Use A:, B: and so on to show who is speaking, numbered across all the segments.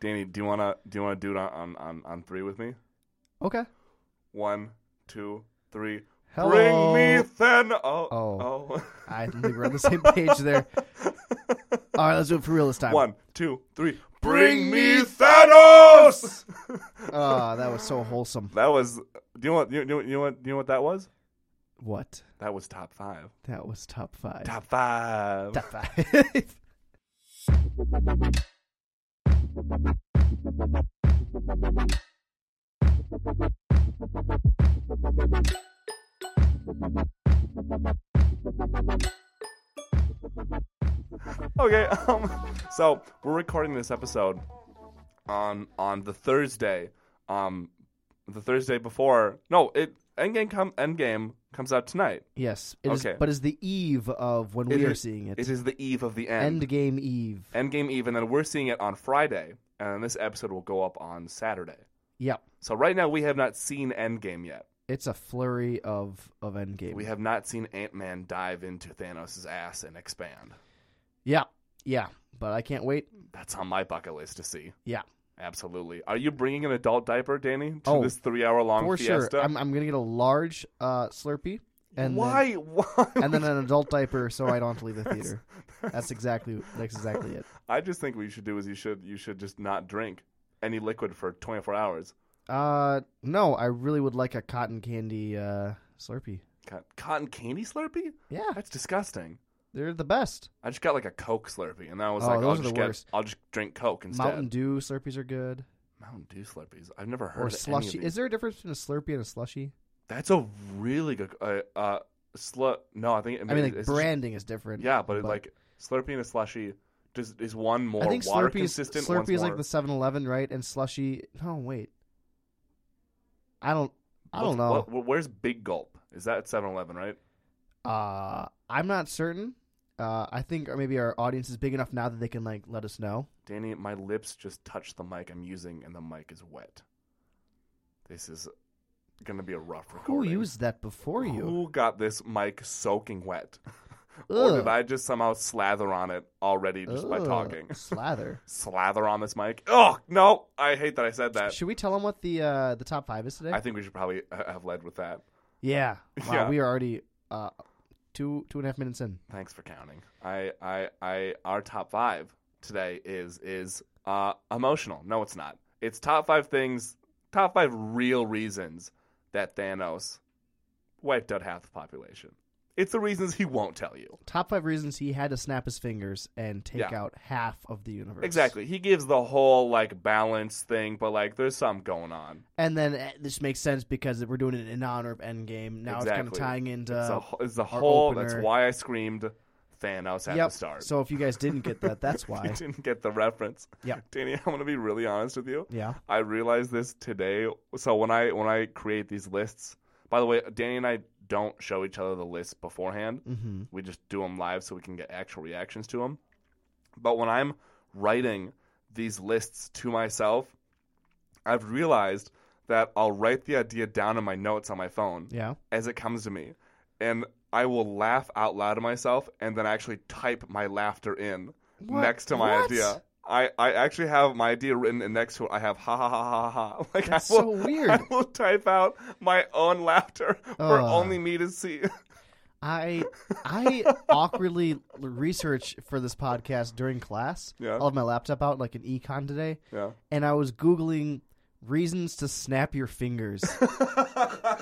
A: Danny, do you wanna do you wanna do it on on on three with me?
B: Okay.
A: One, two, three.
B: Hello.
A: Bring me then. Oh,
B: Oh.
A: oh.
B: I think we're on the same page there. All right, let's do it for real this time.
A: One, two, three. Bring me Thanos.
B: Oh, that was so wholesome.
A: that was. Do you want? You, you, you want? Do you know what that was?
B: What?
A: That was top five.
B: That was top five.
A: Top five.
B: Top five.
A: Okay. Um. So we're recording this episode on on the Thursday. Um, the Thursday before. No, it Endgame come Endgame comes out tonight.
B: yes. It is,
A: Okay.
B: But it's the eve of when
A: It
B: we are
A: is-
B: seeing it.
A: It is the eve of the end.
B: End game eve.
A: Endgame eve, and then we're seeing it on Friday, and then this episode will go up on Saturday.
B: Yep.
A: So right now we have not seen Endgame yet.
B: It's a flurry of of end game.
A: We have not seen Ant Man dive into Thanos' ass and expand.
B: yeah. Yeah. But I can't wait.
A: That's on my bucket list to see.
B: Yeah.
A: Absolutely. Are you bringing an adult diaper, Danny, to
B: Oh,
A: this three-hour-long
B: for
A: fiesta?
B: sure. I'm, I'm going to get a large uh, Slurpee. And
A: Why? Why?
B: Then, and then uh, an adult diaper so I don't have to leave the theater. That's exactly that's exactly it.
A: I just think what you should do is you should you should just not drink any liquid for 24 hours.
B: Uh, no, I really would like a cotton candy uh, Slurpee.
A: Co- Cotton candy Slurpee?
B: Yeah,
A: That's disgusting.
B: they're the best.
A: I just got like a Coke Slurpee, and then I was
B: Oh,
A: like, I'll
B: those are the
A: just, get,
B: worst.
A: I'll just drink Coke instead.
B: Mountain Dew Slurpees are good.
A: Mountain Dew Slurpees. I've never heard
B: Or
A: of
B: slushy.
A: any of these.
B: Is there a difference between a Slurpee and a slushy?
A: That's a really good uh, uh slu. No, I think it
B: I mean, like
A: it's
B: branding is different.
A: Yeah, but, it
B: but-
A: like Slurpee and a slushy, does is one more
B: I think
A: water
B: Slurpee's
A: consistent? one's
B: Slurpee is like
A: more-
B: the 7-Eleven, right? And slushy. No, wait. I don't. I
A: what's-
B: don't know.
A: what- wh- where's Big Gulp? Is that 7-Eleven, right?
B: Uh, I'm not certain. Uh, I think or maybe our audience is big enough now that they can like let us know.
A: Danny, my lips just touched the mic I'm using, and the mic is wet. This is gonna be a rough
B: Who
A: recording.
B: used that before you?
A: Who got this mic soaking wet? or
B: Ugh.
A: did I just somehow slather on it already just by
B: Ugh,
A: talking?
B: Slather.
A: Slather on this mic? Oh no! I hate that I said that.
B: Should we tell them what the uh, the top five is today?
A: I think we should probably uh, have led with that.
B: yeah. Wow,
A: Yeah.
B: we are already uh, two two and a half minutes in.
A: Thanks for counting. I, I, I. Our top five today is is uh, emotional. No, it's not. It's top five things, top five real reasons that Thanos wiped out half the population. It's the reasons he won't tell you.
B: Top five reasons he had to snap his fingers and take
A: Yeah.
B: out half of the universe.
A: Exactly. He gives the whole like balance thing, but like there's something going on.
B: And then eh, this makes sense because we're doing it in honor of Endgame. Now it's kind of
A: Exactly.
B: tying into.
A: It's a, wh- it's a
B: Uh, our
A: whole. That's
B: opener.
A: why I screamed Thanos at
B: yep.
A: the start.
B: So if you guys didn't get that, that's
A: you
B: why.
A: didn't get the reference.
B: Yep.
A: Danny, I'm gonna be really honest with you.
B: yeah.
A: I realized this today. So when I when I create these lists, by the way, Danny and I don't show each other the lists beforehand.
B: hmm
A: We just do them live so we can get actual reactions to them. But when I'm writing these lists to myself, I've realized that I'll write the idea down in my notes on my phone
B: Yeah.
A: as it comes to me, and I will laugh out loud to myself and then actually type my laughter in
B: What?
A: next to my
B: What?
A: idea. I, I actually have my idea written, and next to it, I have ha ha ha ha ha. ha. Like
B: That's
A: I
B: so
A: will,
B: weird.
A: I will type out my own laughter for
B: Ugh.
A: only me to see.
B: I I awkwardly research for this podcast during class.
A: Yeah.
B: I'll have my laptop out like an econ today,
A: yeah.
B: and I was googling reasons to snap your fingers.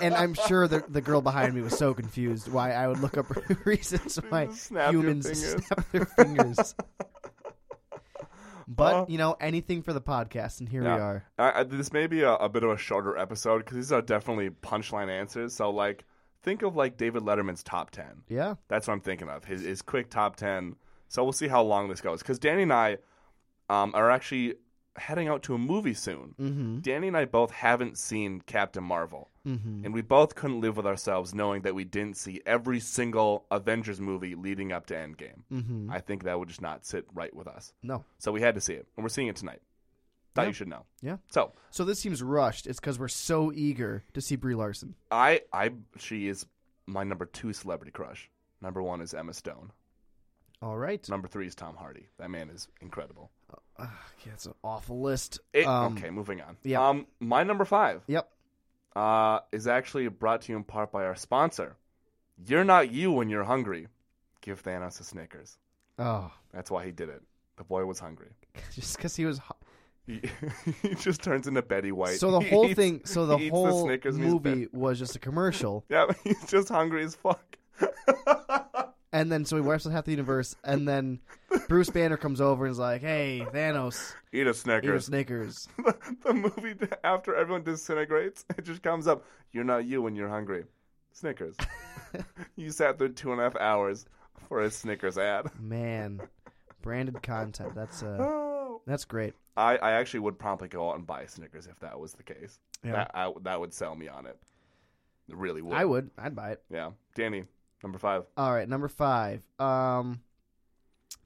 B: and I'm sure the the girl behind me was so confused why I would look up reasons why
A: to snap your
B: humans
A: fingers.
B: snap their fingers. But
A: Uh.
B: you know anything for the podcast, and here
A: Yeah.
B: we are.
A: I, I, this may be a, a bit of a shorter episode because these are definitely punchline answers. So like, think of like David Letterman's top ten.
B: Yeah,
A: That's what I'm thinking of. His his quick top ten. So we'll see how long this goes. Because Danny and I um, are actually heading out to a movie soon.
B: mm-hmm.
A: Danny and I both haven't seen Captain Marvel,
B: Mm-hmm.
A: and we both couldn't live with ourselves knowing that we didn't see every single Avengers movie leading up to Endgame.
B: Mm-hmm.
A: I think that would just not sit right with us.
B: No,
A: So we had to see it, and we're seeing it tonight. Thought you should know.
B: Yeah.
A: So
B: so this seems rushed. It's because we're so eager to see Brie Larson.
A: I, I, she is my number two celebrity crush. Number one is Emma Stone.
B: All right.
A: Number three is Tom Hardy. That man is incredible.
B: Ugh, yeah, it's an awful list.
A: It,
B: Um,
A: okay, moving on.
B: yeah.
A: Um, my number five
B: Yep.
A: uh, is actually brought to you in part by our sponsor. You're not you when you're hungry. Give Thanos a Snickers.
B: Oh,
A: That's why he did it. The boy was hungry.
B: just because he was. Ho-
A: He, he just turns into Betty White.
B: so the
A: He
B: whole
A: eats-
B: thing. So the
A: he eats
B: whole
A: Snickers and he's
B: movie was just a commercial,
A: Yeah, he's just hungry as fuck.
B: and then so he wipes out half the universe, and then Bruce Banner comes over and is like, "Hey, Thanos,
A: Eat a
B: eat your
A: Snickers.
B: Snickers."
A: the, the movie after everyone disintegrates, it just comes up. You're not you when you're hungry. Snickers. you sat through two and a half hours for a Snickers ad.
B: Man, branded content. That's uh,
A: Oh.
B: that's great.
A: I, I actually would promptly go out and buy Snickers if that was the case.
B: Yeah.
A: That I, that would sell me on it. It really would.
B: I would. I'd buy it.
A: Yeah. Danny, number five.
B: All right, number five. Um,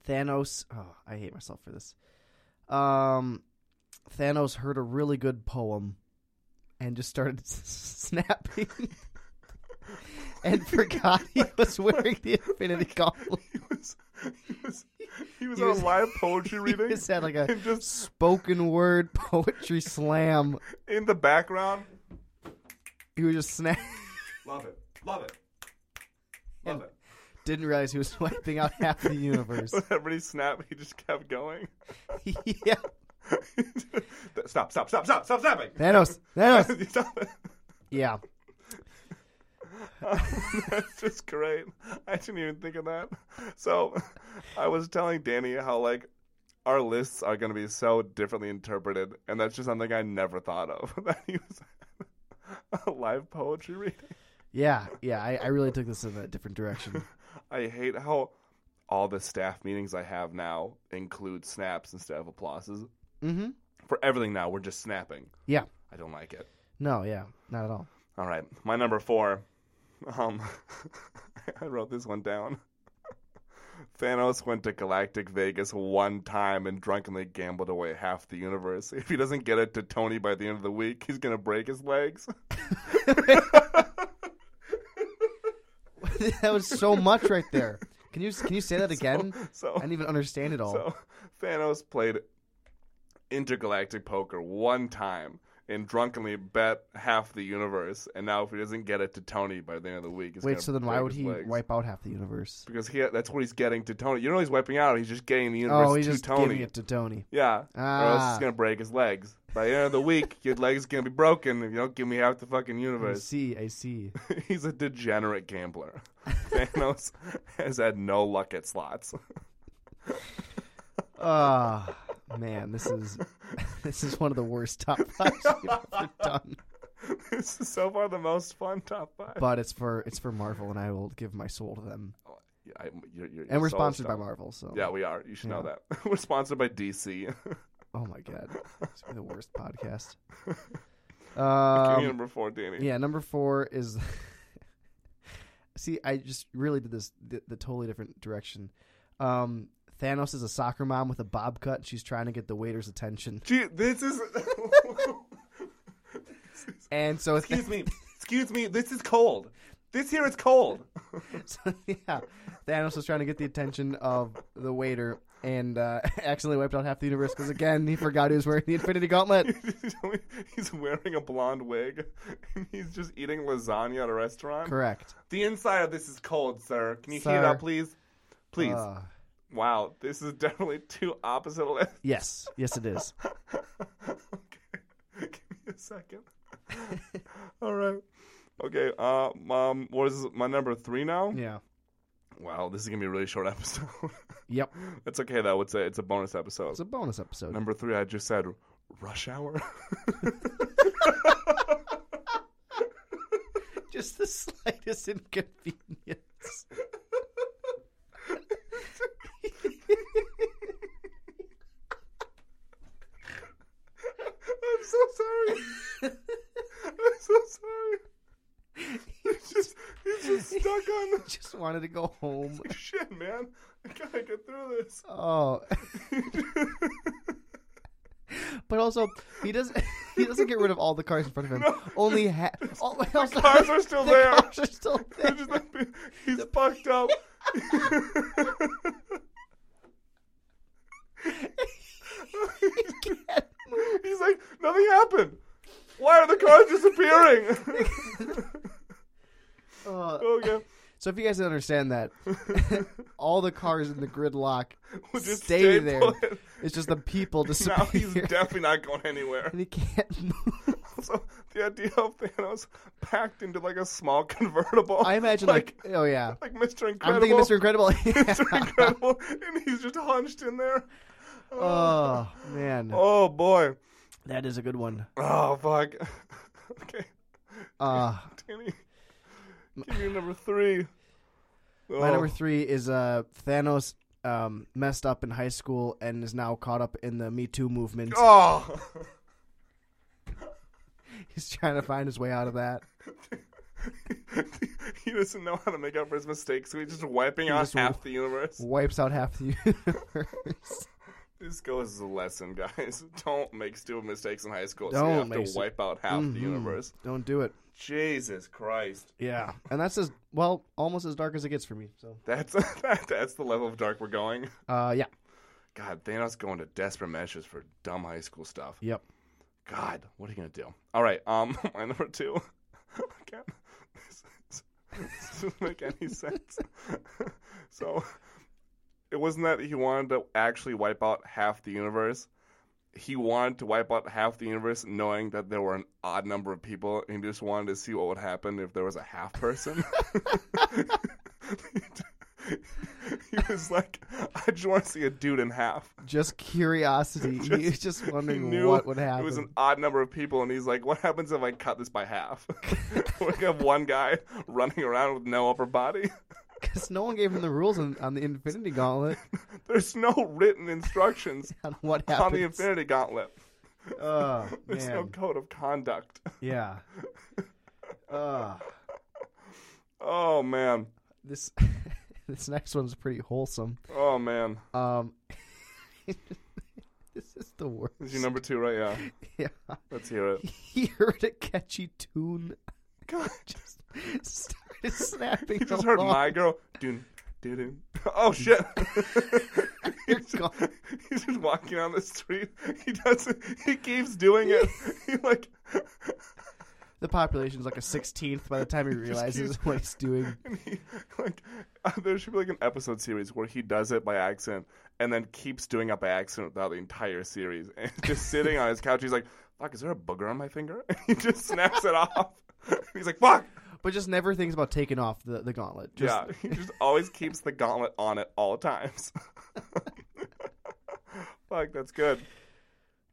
B: Thanos. Oh, I hate myself for this. Um, Thanos heard a really good poem, and just started s- snapping, and forgot he was wearing the Infinity Gauntlet.
A: He was he was he was
B: He
A: on
B: was-
A: a live poetry reading.
B: He just had like a
A: and just
B: spoken word poetry slam.
A: in the background.
B: He was just snap.
A: Love it. Love it. Love it.
B: Didn't realize he was wiping out half the universe.
A: With every snap, he just kept going.
B: yeah,
A: stop, stop, stop, stop, stop snapping.
B: Thanos. Thanos.
A: Stop it.
B: Yeah.
A: That's just great. I didn't even think of that. So I was telling Danny how, like, our lists are going to be so differently interpreted, and that's just something I never thought of. that he was a live poetry reading.
B: Yeah, yeah, I, I really took this in a different direction.
A: I hate how all the staff meetings I have now include snaps instead of applauses.
B: Mm-hmm.
A: For everything now, we're just snapping.
B: Yeah.
A: I don't like it.
B: No, yeah, not at all.
A: All right, my number four. Um, I wrote this one down. Thanos went to Galactic Vegas one time and drunkenly gambled away half the universe. If he doesn't get it to Tony by the end of the week, he's gonna break his legs.
B: that was so much right there. Can you can you say that again? I
A: So,
B: didn't even understand it all.
A: so Thanos played intergalactic poker one time and drunkenly bet half the universe. And now, if he doesn't get it to Tony by the end of the week, he's
B: Wait,
A: gonna
B: so then why
A: break
B: would
A: his
B: he
A: legs.
B: wipe out half the universe?
A: because he that's what he's getting to Tony. You know he's wiping out. He's just getting the universe
B: Oh, he's
A: to
B: just
A: Tony.
B: giving it to Tony.
A: Yeah, or else
B: Ah,
A: he's gonna break his legs. By the end of the week, your legs gonna be broken if you don't give me half the fucking
B: I
A: universe.
B: see, I see.
A: he's a degenerate gambler. Thanos has had no luck at slots.
B: Ah, man, this is this is one of the worst top fives you've ever done.
A: this is so far the most fun top five.
B: But it's for it's for Marvel, and I will give my soul to them.
A: Yeah, I- you're- you're-
B: And we're
A: so
B: sponsored by
A: dumb.
B: Marvel, so
A: Yeah, we are. You should know that. we're sponsored by DC.
B: Oh my god, it's gonna be the worst podcast.
A: Give me
B: Um,
A: number four, Danny.
B: yeah, number four is. See, I just really did this the, the totally different direction. Um, Thanos is a soccer mom with a bob cut. and She's trying to get the waiter's attention,
A: Gee, this is.
B: and so it's
A: Excuse me. Excuse me. This is cold. This here is cold.
B: so, yeah, Thanos was trying to get the attention of the waiter and uh, accidentally wiped out half the universe because again he forgot he was wearing the Infinity Gauntlet.
A: he's wearing a blonde wig and he's just eating lasagna at a restaurant.
B: Correct.
A: The inside of this is cold, sir. Can you heat
B: Sir.
A: up, please? Please.
B: Uh,
A: wow, this is definitely two opposite lists.
B: yes, yes, it is.
A: okay. Give me a second. All right. Okay, uh, um, what is my number three now?
B: Yeah.
A: Wow, this is gonna be a really short episode.
B: Yep.
A: That's okay though. It's a it's a bonus episode.
B: It's a bonus episode.
A: Number three, I just said rush hour.
B: Just the slightest inconvenience.
A: I'm so sorry. I'm so sorry. He's just, he's just stuck on
B: Just wanted to go home.
A: the shit, man. I gotta get through this.
B: Oh, but also he doesn't. He doesn't get rid of all the cars in front of him. Only ha- all, also,
A: cars are still
B: the
A: there.
B: Cars are still
A: It's just
B: there.
A: like, he's fucked up. nothing happened. Why are the cars disappearing? Oh.
B: Uh,
A: okay.
B: so if you guys don't understand that, all the cars in the gridlock
A: We'll just
B: stay,
A: stay
B: there.
A: put.
B: It's just the people
A: Now he's
B: disappear.
A: definitely not going anywhere.
B: and he can't move.
A: Also, the idea of Thanos packed into like a small convertible.
B: I imagine like,
A: like
B: oh yeah.
A: like Mr.
B: I'm
A: Incredible.
B: thinking Mr. Incredible.
A: Mr. Incredible, and he's just hunched in there.
B: oh man,
A: Oh boy.
B: that is a good one.
A: Oh fuck. okay,
B: Uh,
A: Danny, give me your number three.
B: my
A: Oh,
B: number three is uh, Thanos um, messed up in high school and is now caught up in the Me Too movement.
A: Oh.
B: He's trying to find his way out of that.
A: he doesn't know how to make up for his mistakes, so he's just wiping out
B: just
A: half the universe.
B: Wipes out half the universe.
A: This goes as a lesson, guys. Don't make stupid mistakes in high school. so
B: Don't
A: you have
B: make
A: to
B: stu-
A: wipe out half the
B: Mhm.
A: universe.
B: Don't do it.
A: Jesus Christ.
B: Yeah, and that's as well almost as dark as it gets for me. So,
A: That's that, that's the level of dark we're going.
B: uh, yeah,
A: God, Thanos going to desperate measures for dumb high school stuff.
B: yep.
A: God, what are you gonna do? All right, um, my number two. Again, this, is- this doesn't make any sense. so, it wasn't that he wanted to actually wipe out half the universe. He wanted to wipe out half the universe, knowing that there were an odd number of people, and he just wanted to see what would happen if there was a half person. he was like, "I just want to see a dude in half."
B: Just curiosity.
A: Just-
B: He's just
A: He
B: wondering
A: knew
B: what would happen.
A: It was an odd number of people, and he's like, "What happens if I cut this by half? we have one guy running around with no upper body.
B: Because no one gave him the rules on, on the Infinity Gauntlet
A: There's no written instructions
B: on what
A: on the
B: happens.
A: Infinity Gauntlet.
B: Oh,
A: There's no
B: man.
A: code of conduct.
B: Yeah. Uh,
A: Oh man,
B: this this next one's pretty wholesome.
A: oh man.
B: Um, this is the worst.
A: This is your number two, right? Yeah.
B: Yeah.
A: Let's hear it.
B: He heard a catchy tune.
A: God,
B: Just started snapping.
A: he just heard
B: along.
A: my girl. Dun, dun, dun. Oh shit.
B: You're
A: He's just,
B: gone.
A: he's just walking down the street. He doesn't. He keeps doing it. He like
B: The population's like a sixteenth by the time he realizes what he's doing.
A: And he, like, uh, there should be like an episode series where he does it by accident and then keeps doing it by accident throughout the entire series. And just sitting on his couch, he's like, "Fuck, is there a booger on my finger?" And he just snaps it off. He's like, "Fuck."
B: But just never thinks about taking off the, the gauntlet. Just,
A: yeah, he just always keeps the gauntlet on at all times. Fuck, that's good.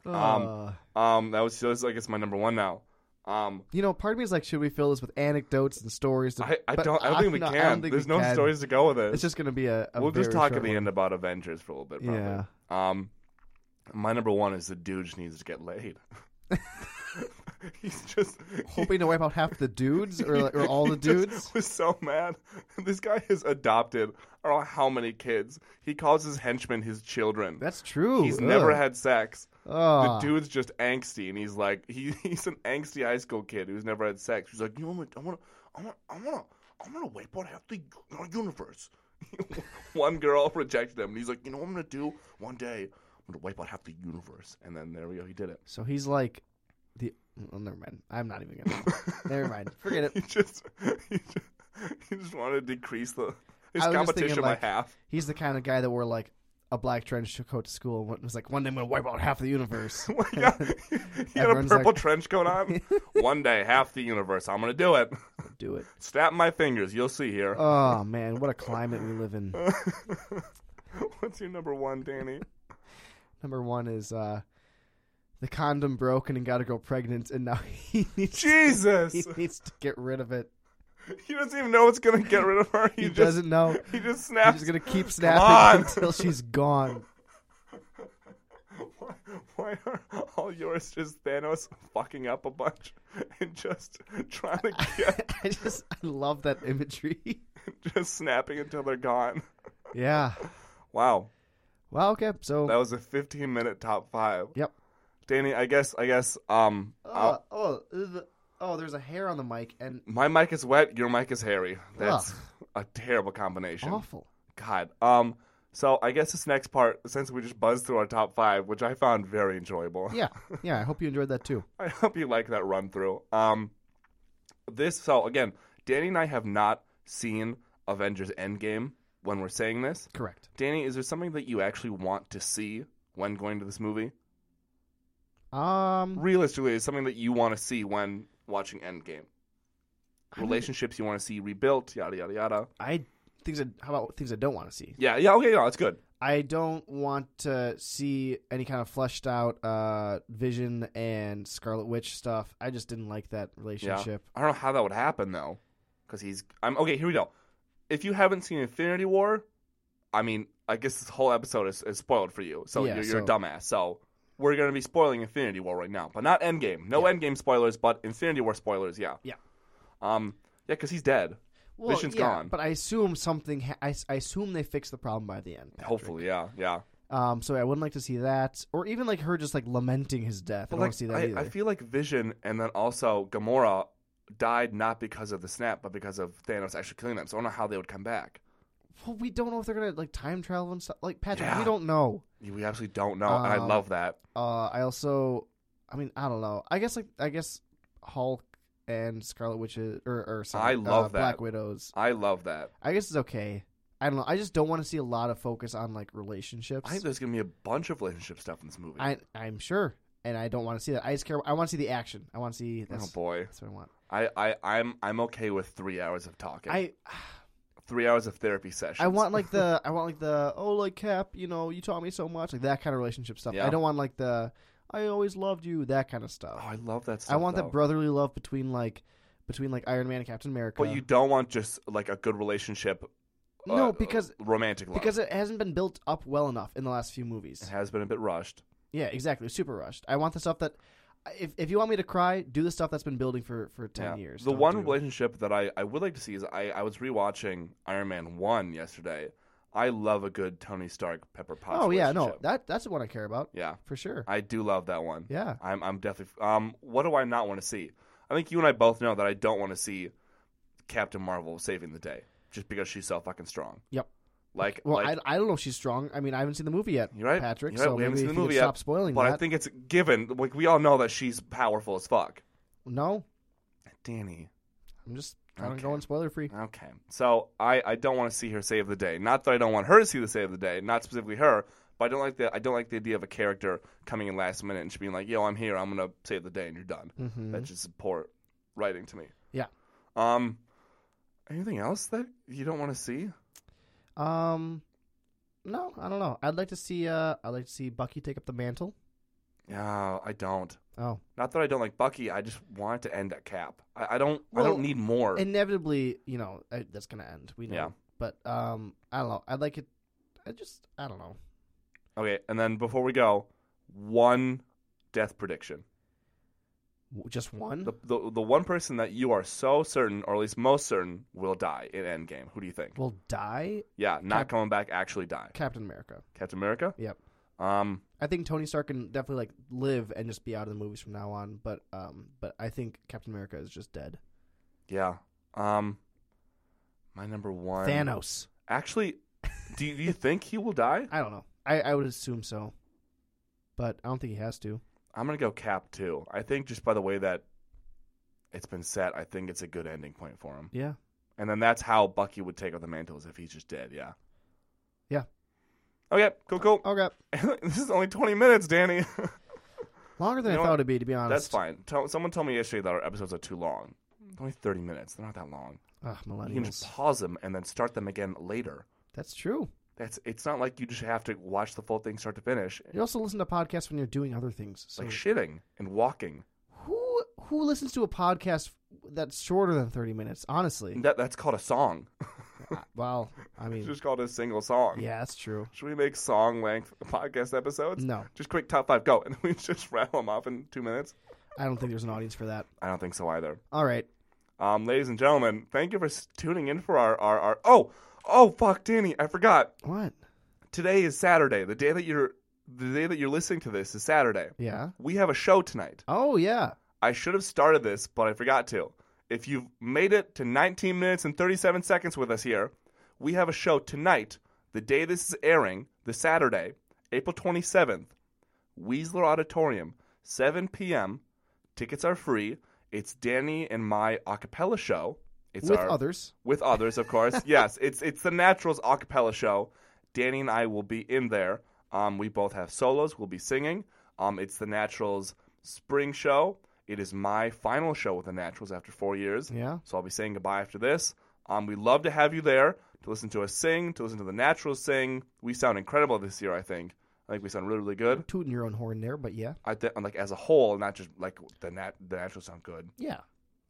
A: Um,
B: uh,
A: Um, that was just, I guess, my number one now. Um,
B: you know, part of me is like, should we fill this with anecdotes and stories? to-
A: I, I
B: but
A: don't, I don't think we
B: not- I don't
A: can.
B: think
A: There's
B: we
A: no
B: can.
A: stories to go with it.
B: It's just gonna be a. a
A: we'll just
B: very
A: talk
B: short
A: at the
B: one.
A: end about Avengers for a little bit. Probably.
B: Yeah.
A: Um, my number one is the dude just needs to get laid. He's just
B: Hoping to wipe out half the dudes or, or all the
A: he just
B: dudes.
A: Was so mad. This guy has adopted. I don't know how many kids. He calls his henchmen his children.
B: That's true.
A: He's never
B: Ugh. Ah.
A: had sex.
B: Ugh.
A: The dude's just angsty, and he's like, he, he's an angsty high school kid who's never had sex. He's like, you know, what? I want to, I want, I want to, I want to wipe out half the u- universe. one girl rejected him, and he's like, you know, what I'm gonna do one day, I'm gonna wipe out half the universe, and then there we go, he did it.
B: So he's like, the. Oh, never mind. I'm not even gonna. never mind. Forget it.
A: He just, he just, he just wanted to decrease the his
B: I was just
A: competition
B: thinking,
A: by
B: like-
A: half.
B: He's the kind of guy that wore like a black trench coat to school and was like, one day I'm gonna wipe out half the universe.
A: yeah, he had a
B: Everyone's like-
A: purple trench coat on. one day, half the universe, I'm gonna do it.
B: Do it.
A: Snap my fingers, you'll see here.
B: Oh man, what a climate we live in.
A: What's your number one, Danny?
B: Number one is uh, the condom broken and got to go pregnant, and now he needs
A: Jesus!
B: he needs to get rid of it.
A: He doesn't even know what's gonna get rid of her. He,
B: He
A: just,
B: doesn't know.
A: He just
B: He's
A: snaps.
B: just gonna keep
A: on.
B: snapping until she's gone.
A: Why, why are all yours just Thanos fucking up a bunch and just trying to get,
B: I just I love that imagery.
A: just snapping until they're gone?
B: Yeah.
A: Wow,
B: Well, okay. So
A: that was a 15 minute top five.
B: Yep.
A: Danny, I guess, I guess, um,
B: Uh,
A: I'll-
B: oh, ugh. oh, there's a hair on the mic and
A: my mic is wet, your mic is hairy. That's a terrible combination.
B: awful.
A: God. Um. So I guess this next part, since we just buzzed through our top five, which I found very enjoyable.
B: Yeah, yeah. I hope you enjoyed that too.
A: I hope you like that run through. Um, this so again, Danny and I have not seen Avengers Endgame when we're saying this.
B: Correct.
A: Danny, is there something that you actually want to see when going to this movie?
B: Um,
A: Realistically, is something that you want to see when watching Endgame?
B: I don't-
A: Relationships you want to see rebuilt, yada yada yada.
B: I things. I, how about things I don't want to see?
A: Yeah, yeah, okay, no, that's good.
B: I don't want to see any kind of fleshed out uh, Vision and Scarlet Witch stuff. I just didn't like that relationship.
A: I don't know how that would happen though, because he's. I'm okay. Here we go. If you haven't seen Infinity War, I mean, I guess this whole episode is, is spoiled for you. So
B: Yeah,
A: you're, you're
B: so-
A: a dumbass. So we're gonna be spoiling Infinity War right now, but not Endgame. No
B: Yeah.
A: Endgame spoilers, but Infinity War spoilers. Yeah.
B: Yeah.
A: Um. Yeah, because he's dead.
B: Well,
A: Vision's
B: yeah,
A: gone.
B: But I assume something. Ha- I, s- I assume they fix the problem by the end. Patrick.
A: Hopefully, yeah, yeah.
B: Um, so I wouldn't like to see that, or even like her just like lamenting his death. I don't
A: like,
B: want to see that
A: I,
B: either.
A: I feel like Vision and then also Gamora died not because of the snap, but because of Thanos actually killing them. So I don't know how they would come back.
B: well, we don't know if they're gonna like time travel and stuff. Like Patrick, we
A: Yeah.
B: don't know.
A: We absolutely don't know, and I
B: Um,
A: love that.
B: Uh, I also, I mean, I don't know. I guess like I guess Hulk and Scarlet Witches or or sorry,
A: I love
B: uh,
A: that.
B: Black Widows.
A: I love that.
B: I guess it's okay. I don't know. I just don't want to see a lot of focus on like relationships.
A: I think there's gonna be a bunch of relationship stuff in this movie.
B: I I'm sure, and I don't want to see that. I just care. I want to see the action. I want to see.
A: oh
B: That's,
A: boy,
B: that's what I want.
A: I, I I'm I'm okay with three hours of talking,
B: I
A: three hours of therapy sessions.
B: I want like the I want like the oh like Cap, you know, you taught me so much, like that kind of relationship stuff.
A: Yeah.
B: I don't want like the I always loved you, that kind of
A: Oh,
B: stuff.
A: I love that stuff.
B: I want
A: though.
B: the brotherly love between like between like Iron Man and Captain America.
A: but you don't want just like a good relationship. uh,
B: no because
A: romantic love
B: because it hasn't been built up well enough in the last few
A: it
B: movies.
A: has been a bit rushed.
B: Yeah, exactly. Super rushed. I want the stuff that if if you want me to cry, do the stuff that's been building for for ten
A: Yeah.
B: years.
A: The
B: Don't
A: one
B: do-
A: relationship that I, I would like to see is I, I was rewatching Iron Man one yesterday. I love a good Tony Stark Pepper Potts.
B: Oh yeah, no,
A: relationship.
B: that that's the one I care about
A: yeah,
B: for sure.
A: I do love that one.
B: Yeah,
A: I'm I'm definitely. Um, what do I not want to see? I think you and I both know that I don't want to see Captain Marvel saving the day just because she's so fucking strong.
B: Yep.
A: Like,
B: Well,
A: like-
B: I, I don't know if she's strong. I mean, I haven't seen the movie yet,
A: You're right.
B: Patrick.
A: You're right.
B: So
A: We haven't
B: maybe
A: seen the
B: if you
A: movie
B: could
A: yet,
B: stop spoiling
A: but
B: that.
A: I think it's given. Like we all know that she's powerful as fuck.
B: no,
A: Danny.
B: I'm just trying to go
A: Okay.
B: in spoiler free.
A: Okay. So I I don't want to see her save the day. Not that I don't want her to see the save the day. Not specifically her. But I don't like the I don't like the idea of a character coming in last minute and she being like, "Yo, I'm here. I'm gonna save the day, and you're done."
B: hmm
A: That's just poor writing to me.
B: Yeah.
A: Um, anything else that you don't want to see?
B: Um, no, I don't know. I'd like to see. Uh, I'd like to see Bucky take up the mantle.
A: Yeah, I don't.
B: Oh,
A: Not that I don't like Bucky. I just want it to end at Cap. I, I don't. I
B: Well,
A: don't need more.
B: inevitably, you know uh, that's gonna end. We know.
A: Yeah.
B: But um, I don't know. I'd like it. I just I don't know.
A: okay, and then before we go, one death prediction.
B: W- Just one.
A: The, the the one person that you are so certain, or at least most certain, will die in Endgame. Who do you think?
B: will die.
A: Yeah, not
B: Cap-
A: coming back. Actually, die.
B: Captain America.
A: Captain America.
B: Yep.
A: Um.
B: I think Tony Stark can definitely like live and just be out of the movies from now on. But um, but I think Captain America is just dead.
A: Yeah. Um. My number one.
B: Thanos.
A: Actually, do you, do you think he will die?
B: I don't know. I, I would assume so, but I don't think he has to.
A: I'm gonna go Cap too. I think just by the way that it's been set, I think it's a good ending point for him.
B: Yeah.
A: And then that's how Bucky would take on the mantles if he's just dead. Yeah.
B: Yeah.
A: Okay. Cool. Cool.
B: Okay.
A: this is only 20 minutes, Danny.
B: Longer than
A: You know
B: I
A: what?
B: thought it'd be, to be honest.
A: that's fine. Tell, someone told me yesterday that our episodes are too long. Only 30 minutes. They're not that long.
B: Ugh,
A: You can just
B: Ah, millennials.
A: pause them and then start them again later.
B: That's true.
A: That's. It's not like you just have to watch the full thing start to finish.
B: You also listen to podcasts when you're doing other things.
A: It's
B: So
A: like shitting and walking.
B: who who listens to a podcast that's shorter than thirty minutes? Honestly.
A: That that's called a song.
B: Uh, well, I
A: It's
B: mean,
A: Mm. just called a single song.
B: yeah, that's true.
A: Should we make song length podcast episodes?
B: No,
A: Just quick top five, go, and we just rattle them off in two minutes.
B: I don't think there's an audience for that.
A: I don't think so either.
B: All right.
A: Um, ladies and gentlemen, thank you for s- tuning in for our, our our oh oh fuck, Danny, I forgot.
B: What?
A: Today is Saturday. The day that you're the day that you're listening to this is Saturday.
B: Yeah.
A: We have a show tonight.
B: Oh yeah.
A: I should have started this, but I forgot to. If you've made it to 19 minutes and 37 seconds with us here, we have a show tonight The day this is airing, the Saturday, April 27th, Weasler Auditorium, 7 p.m. Tickets are free. It's Danny and my a cappella show. It's
B: with
A: our
B: others.
A: with others, of course. yes, it's it's the Naturals a cappella show. Danny and I will be in there. Um, we both have solos. We'll be singing. Um, it's the Naturals spring show. It is my final show with the Naturals after four years.
B: Yeah.
A: So I'll be saying goodbye after this. Um, we'd love to have you there to listen to us sing, to listen to the Naturals sing. We sound incredible this year. I think. I think we sound really, really good.
B: Tooting your own horn there, but yeah.
A: I th- like as a whole, not just like the nat- the Naturals sound good.
B: Yeah.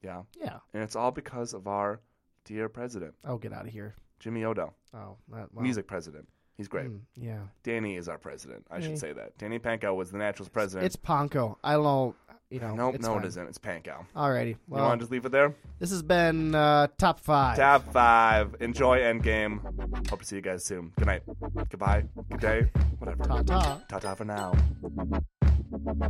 A: Yeah,
B: Yeah.
A: and it's all because of our dear president,
B: Oh, get out of here.
A: Jimmy Odo,
B: Oh, that, wow.
A: music president. He's great.
B: Mm, yeah.
A: Danny is our president. I
B: Hey.
A: should say that. Danny Pankow was the Naturals president.
B: It's Ponko. I don't know. You know.
A: nope,
B: it's
A: no,
B: fine.
A: it isn't. It's Pankow.
B: Alrighty.
A: you
B: Well,
A: want to just leave it there?
B: this has been uh, top five.
A: Tab five. Enjoy Endgame. Hope to see you guys soon. Good night. Goodbye. Good day. Whatever.
B: Ta ta.
A: Ta ta for now.